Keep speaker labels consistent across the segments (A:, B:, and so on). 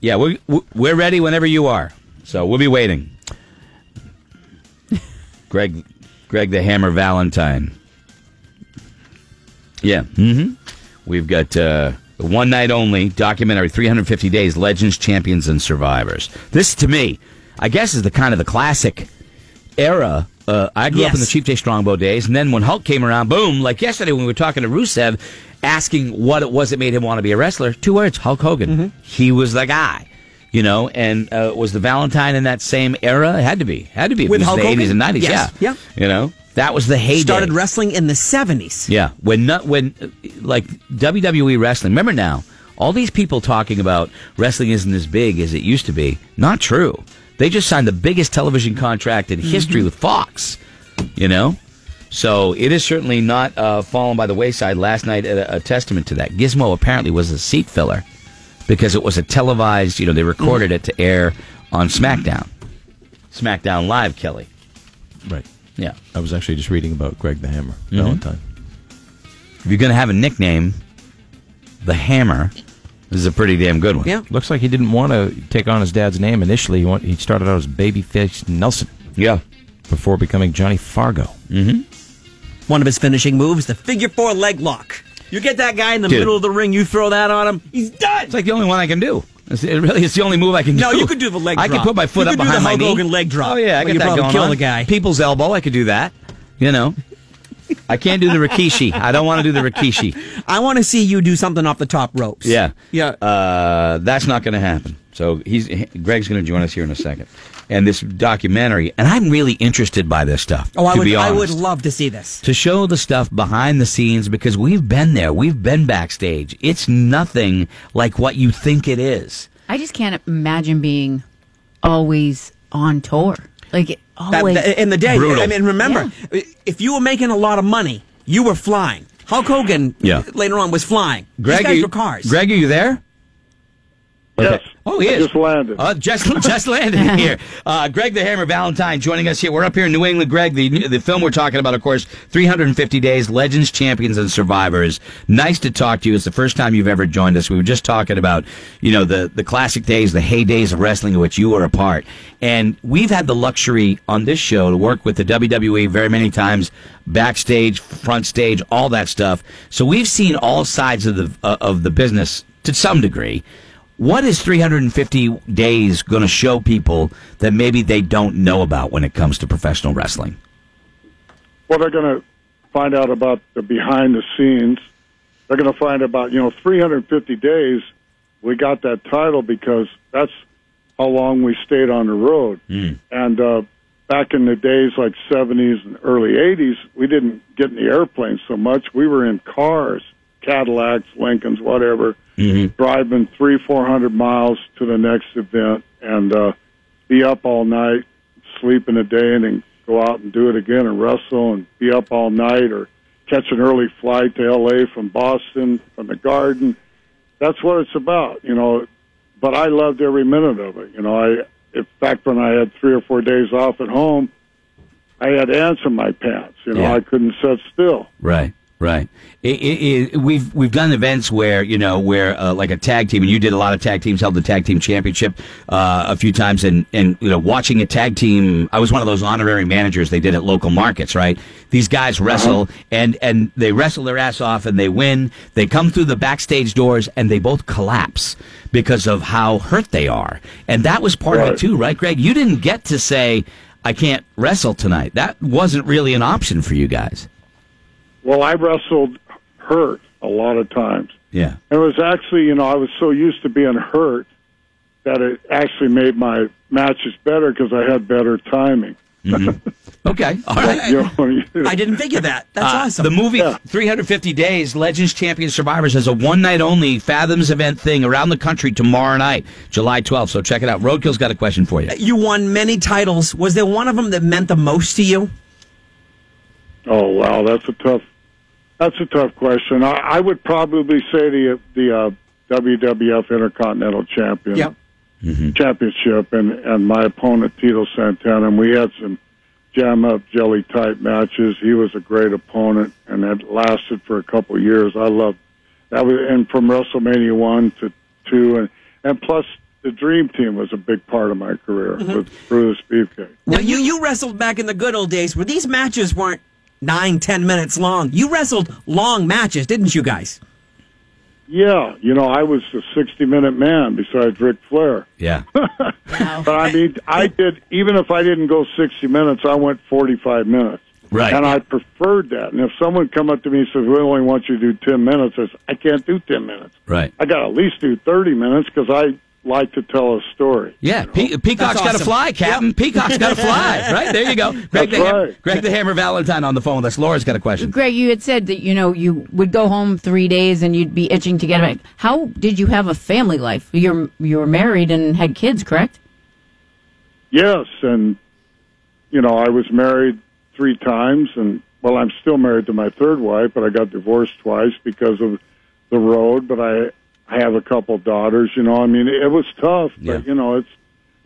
A: Yeah, we're we're ready whenever you are. So we'll be waiting. Greg, Greg the Hammer Valentine. Yeah. Mm-hmm. We've got uh, the one night only documentary, 350 days, legends, champions, and survivors. This to me, I guess, is the kind of the classic era. Uh, I grew up in the
B: Yes.
A: Chief J. Strongbow days, and then when Hulk came around, boom! Like yesterday when we were talking to Rusev, asking what it was that made him want to be a wrestler. Two words: Hulk Hogan. He was the guy, you know. And uh, was the Valentine in that same era? It had to be. Had to be. If
B: With
A: it was
B: Hulk
A: the
B: Hogan?
A: eighties and nineties.
B: Yes.
A: Yeah.
B: Yeah.
A: You know, that was the heyday.
B: Started wrestling in the 70s.
A: Yeah, when not when uh, like WWE wrestling. Remember now, all these people talking about wrestling isn't as big as it used to be. Not true. They just signed the biggest television contract in history
B: Mm-hmm.
A: with Fox. You know, so it is certainly not uh, fallen by the wayside. Last night, a, a testament to that. Gizmo apparently was a seat filler because it was a televised. You know, they
B: Mm.
A: recorded it to air on SmackDown. SmackDown Live, Kelly.
C: Right.
A: Yeah.
C: I was actually just reading about Greg the Hammer Valentine.
A: If you're going to have a nickname, the Hammer is a pretty damn good one.
B: Yeah.
C: Looks like he didn't want to take on his dad's name initially. He, want, he started out as Babyface Nelson
A: Yeah.
C: before becoming Johnny Fargo.
B: One of his finishing moves, the figure four leg lock. You get that guy in the
A: Dude.
B: middle of the ring, you throw that on him, he's done.
A: It's like the only one I can do. It's, it really is the only move I can
B: No,
A: do.
B: you could do the leg
A: I can
B: drop.
A: put my foot
B: You
A: up
B: could do
A: behind
B: the
A: my
B: Hulk
A: knee.
B: Hogan leg drop.
A: Oh yeah, I
B: Well,
A: got
B: you
A: that
B: probably
A: going
B: kill
A: on.
B: the guy.
A: People's elbow, I could do that. You know. I can't do the Rikishi. I don't want to do the Rikishi.
B: I want to see you do something off the top ropes.
A: Yeah.
B: Yeah.
A: Uh, that's not going to happen. So he's Greg's going to join us here in a second. And this documentary, and I'm really interested by this stuff.
B: oh, I
A: to
B: would,
A: be
B: I would
A: honest.
B: love to see this.
A: to show the stuff behind the scenes because we've been there. We've been backstage. It's nothing like what you think it is.
D: I just can't imagine being always on tour. Like
B: That-
D: always.
B: that- in the day,
A: Brutal.
B: I mean, remember, if you were making a lot of money, you were flying. Hulk Hogan
A: Yeah.
B: later on was flying. These
A: are
B: guys
A: you,
B: were cars.
A: Greg, are you there?
E: Yes.
A: Oh, he
E: I
A: is.
E: just landed.
A: Uh, just, just landed here. Uh, Greg the Hammer Valentine joining us here. We're up here in New England. Greg, the the film we're talking about, of course, 350 Days, Legends, Champions, and Survivors. Nice to talk to you. It's the first time you've ever joined us. We were just talking about, you know, the, the classic days, the heydays of wrestling of which you were a part. And we've had the luxury on this show to work with the WWE very many times, backstage, front stage, all that stuff. So we've seen all sides of the, uh, of the business to some degree. What is 350 days going to show people that maybe they don't know about when it comes to professional wrestling?
E: Well, they're going to find out about the behind the scenes. They're going to find about, you know, 350 days. We got that title because that's how long we stayed on the road.
A: Hmm.
E: And uh, back in the days like 70s and early 80s, we didn't get in the airplane so much. We were in cars, Cadillacs, Lincolns, whatever,
A: Mm-hmm.
E: driving three, 400 miles to the next event and uh, be up all night, sleep in a day, and then go out and do it again and wrestle and be up all night or catch an early flight to L.A. from Boston, from the garden. That's what it's about, you know. But I loved every minute of it. You know, I, in fact, when I had three or four days off at home, I had ants in my pants. You know,
A: Yeah.
E: I couldn't sit still.
A: Right, right. It, it, it, we've we've done events where you know where uh, like a tag team, and you did a lot of tag teams, held the tag team championship uh, a few times, and and you know watching a tag team. I was one of those honorary managers they did at local markets. Right, these guys wrestle and and they wrestle their ass off, and they win. They come through the backstage doors, and they both collapse because of how hurt they are, and that was part of it
E: Right.
A: too, right, Greg? You didn't get to say. I can't wrestle tonight. That wasn't really an option for you guys.
E: Well, I wrestled hurt a lot of times.
A: Yeah.
E: It was actually, you know, I was so used to being hurt that it actually made my matches better because I had better timing.
A: Okay. All right.
E: You know, you know.
B: I didn't figure that. That's
A: Uh,
B: awesome.
A: The movie
E: Yeah.
A: 350 Days Legends Champions Survivors is a one night only Fathoms event thing around the country tomorrow night, July 12th. So check it out. Roadkill's got a question for you.
B: you won many titles. Was there one of them that meant the most to you?
E: Oh wow, that's a tough. That's a tough question. I, I would probably say the the uh, WWF Intercontinental Champion
B: Yep.
E: Championship, and and my opponent Tito Santana. And we had some jam up jelly type matches. He was a great opponent, and that lasted for a couple years. I loved That was and from WrestleMania one to two, and and plus the Dream Team was a big part of my career with Brutus Beefcake.
B: Now, you, you wrestled back in the good old days where these matches weren't nine, ten minutes long. You wrestled long matches, didn't you guys?
E: Yeah, you know I was the sixty minute man besides Ric Flair.
A: Yeah.
E: But I mean, I did even if I didn't go sixty minutes, I went forty-five minutes.
A: Right.
E: And I preferred that. And if someone come up to me and says, "We only want you to do ten minutes," I says, "I can't do ten minutes.
A: Right.
E: I got to at least do thirty minutes because I like to tell a story."
A: Yeah, Pe- Peacock's got to
B: awesome.
A: fly, Captain. Peacock's got to fly, right? There you go. Greg,
E: That's
A: the Ham-
E: right.
A: Greg the Hammer Valentine on the phone with us. Laura's got a question.
D: Greg, you had said that you know you would go home three days and you'd be itching to get back. How did you have a family life? You're you were married and had kids, correct?
E: Yes, and you know, I was married three times, and well, I'm still married to my third wife, but I got divorced twice because of the road. But I, I have a couple daughters. You know, I mean, it was tough, but
A: Yeah.
E: you know, it's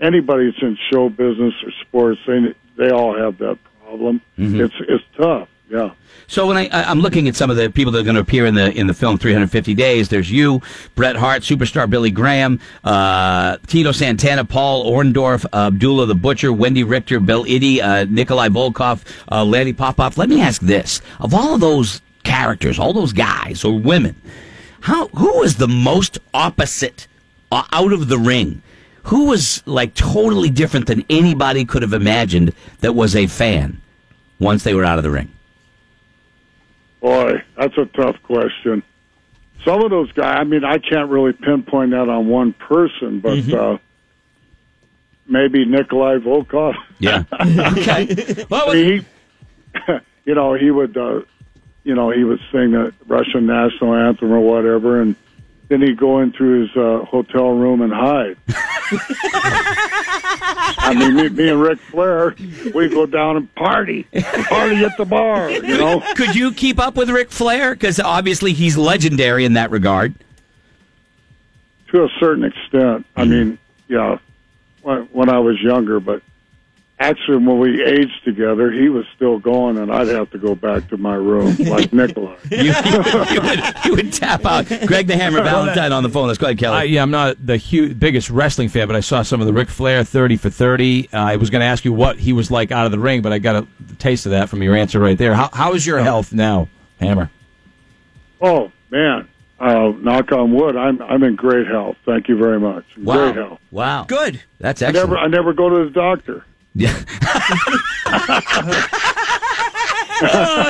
E: anybody that's in show business or sports, they they all have that problem. It's it's tough. Yeah.
A: So when I, I I'm looking at some of the people that are going to appear in the in the film 350 Days, there's you, Bret Hart, superstar Billy Graham, uh, Tito Santana, Paul Orndorff, Abdullah the Butcher, Wendy Richter, Bill Iddy, uh, Nikolai Volkov, uh, Lanny Popoff. Let me ask this: of all of those characters, all those guys or women, how who was the most opposite uh, out of the ring? Who was like totally different than anybody could have imagined that was a fan once they were out of the ring?
E: Boy, that's a tough question. Some of those guys, I mean, I can't really pinpoint that on one person, but uh, maybe Nikolai Volkov.
A: Yeah. okay. Well,
E: I
A: was-
E: mean, he, you know, he would, uh, you know, he would sing the Russian national anthem or whatever, and then he'd go into his uh, hotel room and hide. I mean, me, me and Ric Flair, we go down and party, party at the bar, you know.
A: could you keep up with Ric Flair? Because obviously he's legendary in that regard.
E: to a certain extent. I
A: Mm-hmm.
E: mean, yeah, when, when I was younger, but actually, when we aged together, he was still going, and I'd have to go back to my room like Nikolai.
A: You, you, would, you would tap out. Greg the Hammer Valentine on the phone. Let's go ahead,
C: I,
A: Kelly.
C: yeah, I'm not the huge, biggest wrestling fan, but I saw some of the Ric Flair 30 for 30. Uh, I was going to ask you what he was like out of the ring, but I got a taste of that from your answer right there. How, how is your health now, Hammer?
E: Oh man, uh, knock on wood, I'm I'm in great health. Thank you very much. Great health.
A: Wow.
B: Good.
A: That's
E: I never
A: excellent.
E: I never go to the doctor.
A: Yeah.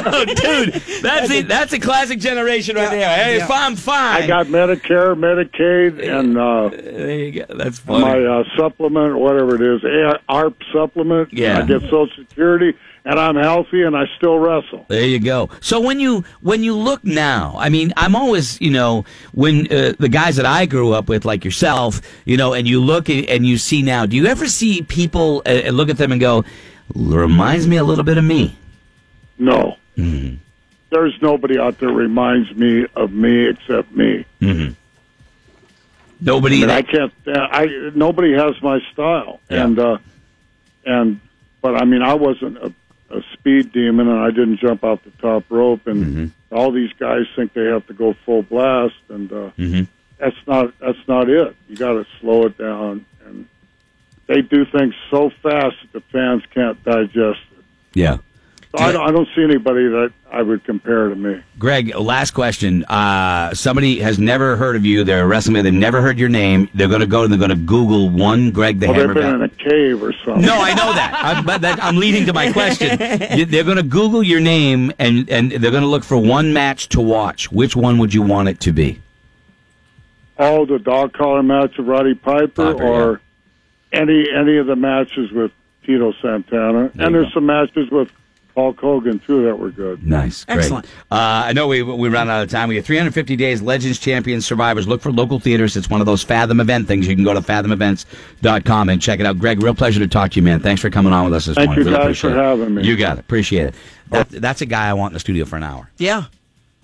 A: oh, dude, that's it. That's a classic generation right there. Hey, if I'm fine.
E: I got Medicare, Medicaid, and uh,
A: there you go. That's funny.
E: my uh, supplement, whatever it is, A- ARP supplement.
A: Yeah.
E: I get Social Security, and I'm healthy, and I still wrestle.
A: There you go. So when you when you look now, I mean, I'm always, you know, when uh, the guys that I grew up with, like yourself, you know, and you look a- and you see now. Do you ever see people uh, and, and look at them and go, "Reminds me a little bit of me"?
E: No.
A: Mm-hmm.
E: There's nobody out there reminds me of me except me.
A: Nobody.
E: And I
A: That,
E: can't. I nobody has my style.
A: Yeah.
E: And uh, and but I mean, I wasn't a, a speed demon, and I didn't jump off the top rope. And
A: Mm-hmm.
E: all these guys think they have to go full blast, and uh,
A: Mm-hmm.
E: that's not that's not it. You got to slow it down. And they do things so fast that the fans can't digest it.
A: yeah.
E: So I, don't, I don't see anybody that I would compare to me.
A: Greg, oh, last question. Uh, somebody has never heard of you. They're a wrestling fan. They've never heard your name. They're going to go and they're going to Google one Greg the
E: Well,
A: Hammer.
E: they've been
A: Val-
E: in a cave or something.
A: No, I know that. I'm, but that, I'm leading to my question. You- They're going to Google your name and, and they're going to look for one match to watch. Which one would you want it to be?
E: Oh, the dog collar match of Roddy Piper,
A: Piper,
E: or any any of the matches with Tito Santana,
A: There you
E: and
A: go.
E: there's some matches with Hulk Hogan too that were good.
A: Nice. Great.
B: Excellent.
A: Uh, I know we, we ran out of time. We have 350 days, Legends, Champions, Survivors. Look for local theaters. It's one of those Fathom event things. You can go to fathomevents.com and check it out. Greg, real pleasure to talk to you, man. Thanks for coming on with us this
E: Thank
A: morning.
E: you
A: Really
E: guys
A: appreciate
E: for
A: it.
E: having me.
A: You got it. Appreciate it. That, that's a guy I want in the studio for an hour,
B: Yeah.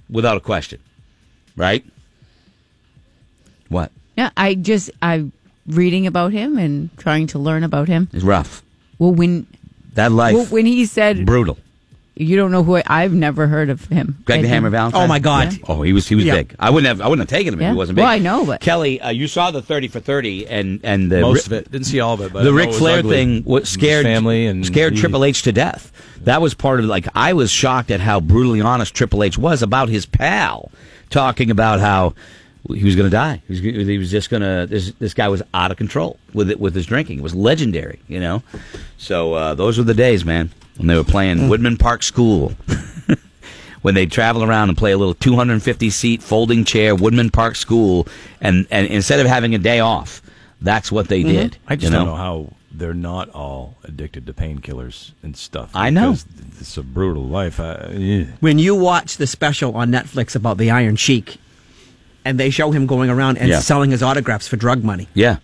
A: without a question. Right? What?
D: Yeah, I just I'm reading about him and trying to learn about him.
A: It's rough.
D: Well, when
A: That life.
D: well, when he said
A: brutal.
D: you don't know who I, I've never heard of him.
A: Greg the
D: I
A: Hammer
D: think.
A: Valentine.
B: Oh, my God. Yeah.
A: Oh, he was he was
B: Yeah.
A: big. I wouldn't have I wouldn't have taken him
D: Yeah.
A: if he wasn't big.
D: Well, I know, but-
A: Kelly, uh, you saw the thirty for thirty and and the
C: Most of it. Didn't see all of it, but I
A: the
C: know
A: Ric
C: it was
A: Flair
C: ugly.
A: thing what
C: His
A: scared
C: family and
A: scared
C: he-
A: Triple H to death. That was part of like I was shocked at how brutally honest Triple H was about his pal, talking about how he was going to die. He was, he was just going to. This this guy was out of control with it with his drinking. It was legendary, you know. So uh, those were the days, man, when they were
C: Hmm.
A: playing Woodman Park School. when they travel around and play a little 250 seat folding chair Woodman Park School, and, and instead of having a day off, that's what they did.
C: Mm-hmm. I just
A: you
C: don't know how they're not all addicted to painkillers and stuff.
A: I know.
C: because it's a brutal life. I, eh. yeah.
B: when you watch the special on Netflix about the Iron Sheik, and they show him going around and
A: Yeah.
B: selling his autographs for drug money.
A: Yeah,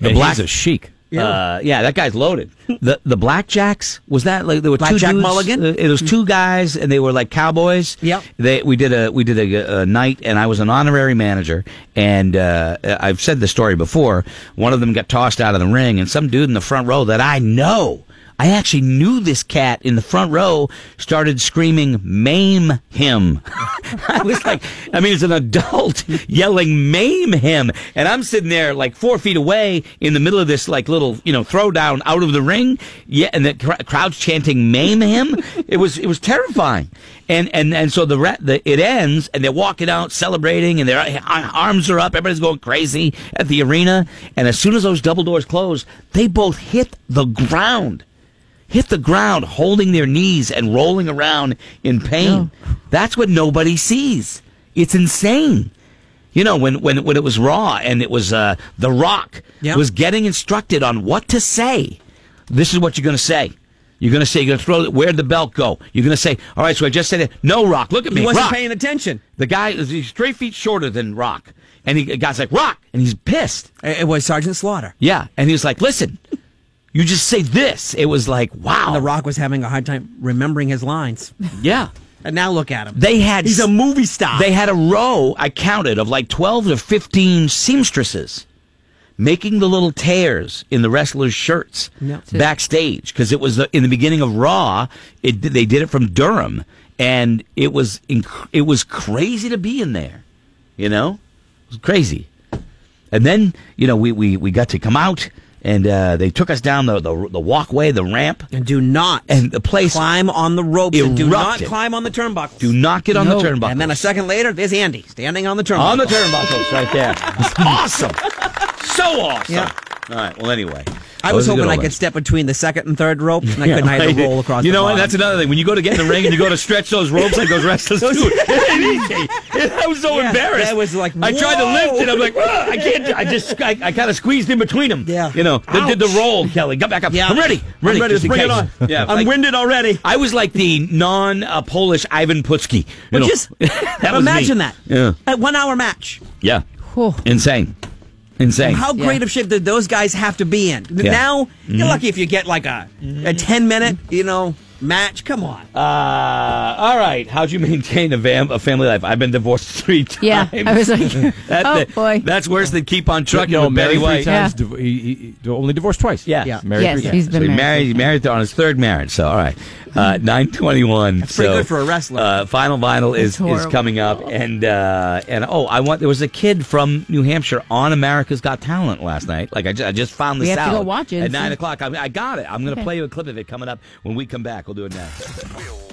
A: the
C: And
A: black.
C: he's a chic.
B: Yeah.
A: Uh, yeah, that guy's loaded. The the blackjacks was that like there were two
B: Blackjack
A: dudes,
B: Mulligan?
A: Uh, it was two guys and they were like cowboys.
B: Yep.
A: They we did a we did a, a night and I was an honorary manager and uh, I've said the story before. One of them got tossed out of the ring and some dude in the front row that I know. I actually knew this cat in the front row started screaming, maim him. I was like, I mean, it's an adult yelling, maim him. And I'm sitting there like four feet away in the middle of this like little, you know, throwdown out of the ring. Yeah. And the cr- crowd's chanting, maim him. It was, it was terrifying. And, and, and so the, ra- the, it ends and they're walking out celebrating and their a- arms are up. Everybody's going crazy at the arena. And as soon as those double doors close, they both hit the ground hit the ground holding their knees and rolling around in pain. That's what nobody sees. It's insane. You know, when, when, when it was Raw and it was uh, The Rock
B: Yeah.
A: was getting instructed on what to say. This is what you're going to say. You're going to say, you're going to throw it, where'd the belt go? You're going to say, all right, so I just said it. No, Rock, look at
B: He
A: me.
B: wasn't
A: Rock.
B: paying attention.
A: the guy is he's three feet shorter than Rock. And he, the guy's like, Rock. And he's pissed.
B: It it was Sergeant Slaughter.
A: Yeah. And he's like, listen, you just say this. It was like, wow.
B: The Rock was having a hard time remembering his lines.
A: Yeah.
B: And now look at him.
A: They had
B: He's a movie star.
A: They had a row I counted of like 12 to 15 seamstresses making the little tears in the wrestlers' shirts
B: No.
A: backstage because it was the, in the beginning of Raw. It they did it from Durham, and it was inc- it was crazy to be in there. You know, it was crazy. And then you know we we, we got to come out. And uh, they took us down the, the the walkway, the ramp,
B: and do not
A: and the place.
B: climb on the ropes. And do not
A: Erupted.
B: climb on the turnbuckles.
A: Do not get on
B: No.
A: the turnbuckle.
B: And then a second later, there's Andy standing on the turnbuckle.
A: On the turnbuckles, right there. It's awesome. So awesome.
B: Yeah.
A: All right. Well, anyway,
B: I was
A: Those are good
B: hoping I
A: old
B: could
A: days.
B: step between the second and third rope, and I couldn't
A: Yeah,
B: either
A: right.
B: roll across.
A: You
B: the
A: know what?
B: bottom.
A: That's another thing. When you go to get in the ring and you go to stretch those ropes, like those wrestlers do. it. I was so
B: Yeah,
A: embarrassed.
B: that was like,
A: I tried to
B: whoa.
A: lift it. I'm like, "Ah, I can't. do-" I just, I, I kind of squeezed in between them.
B: Yeah.
A: You know, they did the roll, Kelly. Got back up.
B: Yeah.
A: I'm ready. I'm ready.
B: I'm ready.
A: just
B: Let's
A: in
B: bring it on.
A: case. Yeah.
B: I'm
A: like-
B: winded already.
A: I was like the non-Polish Ivan Putski. You
B: Well,
A: know.
B: just
A: that was me.
B: imagine that.
A: Yeah.
B: A one hour match.
A: Yeah.
D: Whew.
A: Insane. Insane.
B: How
D: Yeah.
B: great of shape did those guys have to be in?
A: Yeah. Mm-hmm.
B: Now you're lucky if you get like a a ten minute, you know, match. Come on.
A: Uh, all right. How'd you maintain a, vam- a family life? I've been divorced three times.
D: Yeah, I was like,
A: That-
D: oh
A: that-
D: boy.
A: That's worse than keep on trucking
C: no,
A: with Betty
C: married three
A: White.
C: times. div- he, he- he- only divorced twice.
A: Yeah.
B: Yeah.
C: married
D: Yes,
C: three
D: he's
C: times.
A: So
D: been
A: he
D: married.
A: married, he married on his third marriage. So, all right. Uh, 921. That's
B: pretty good for a wrestler.
A: Uh, Final Vinyl is,
D: That's
A: is
D: horrible.
A: coming up. And, uh, and oh, I want, there was a kid from New Hampshire on America's Got Talent last night. Like, I ju- I just found
D: We
A: this
D: have
A: out.
D: to go watch it and
A: At 9
D: see.
A: o'clock. I, I got it. I'm going to play you a clip of it coming up when we come back. We'll do it now.
F: Real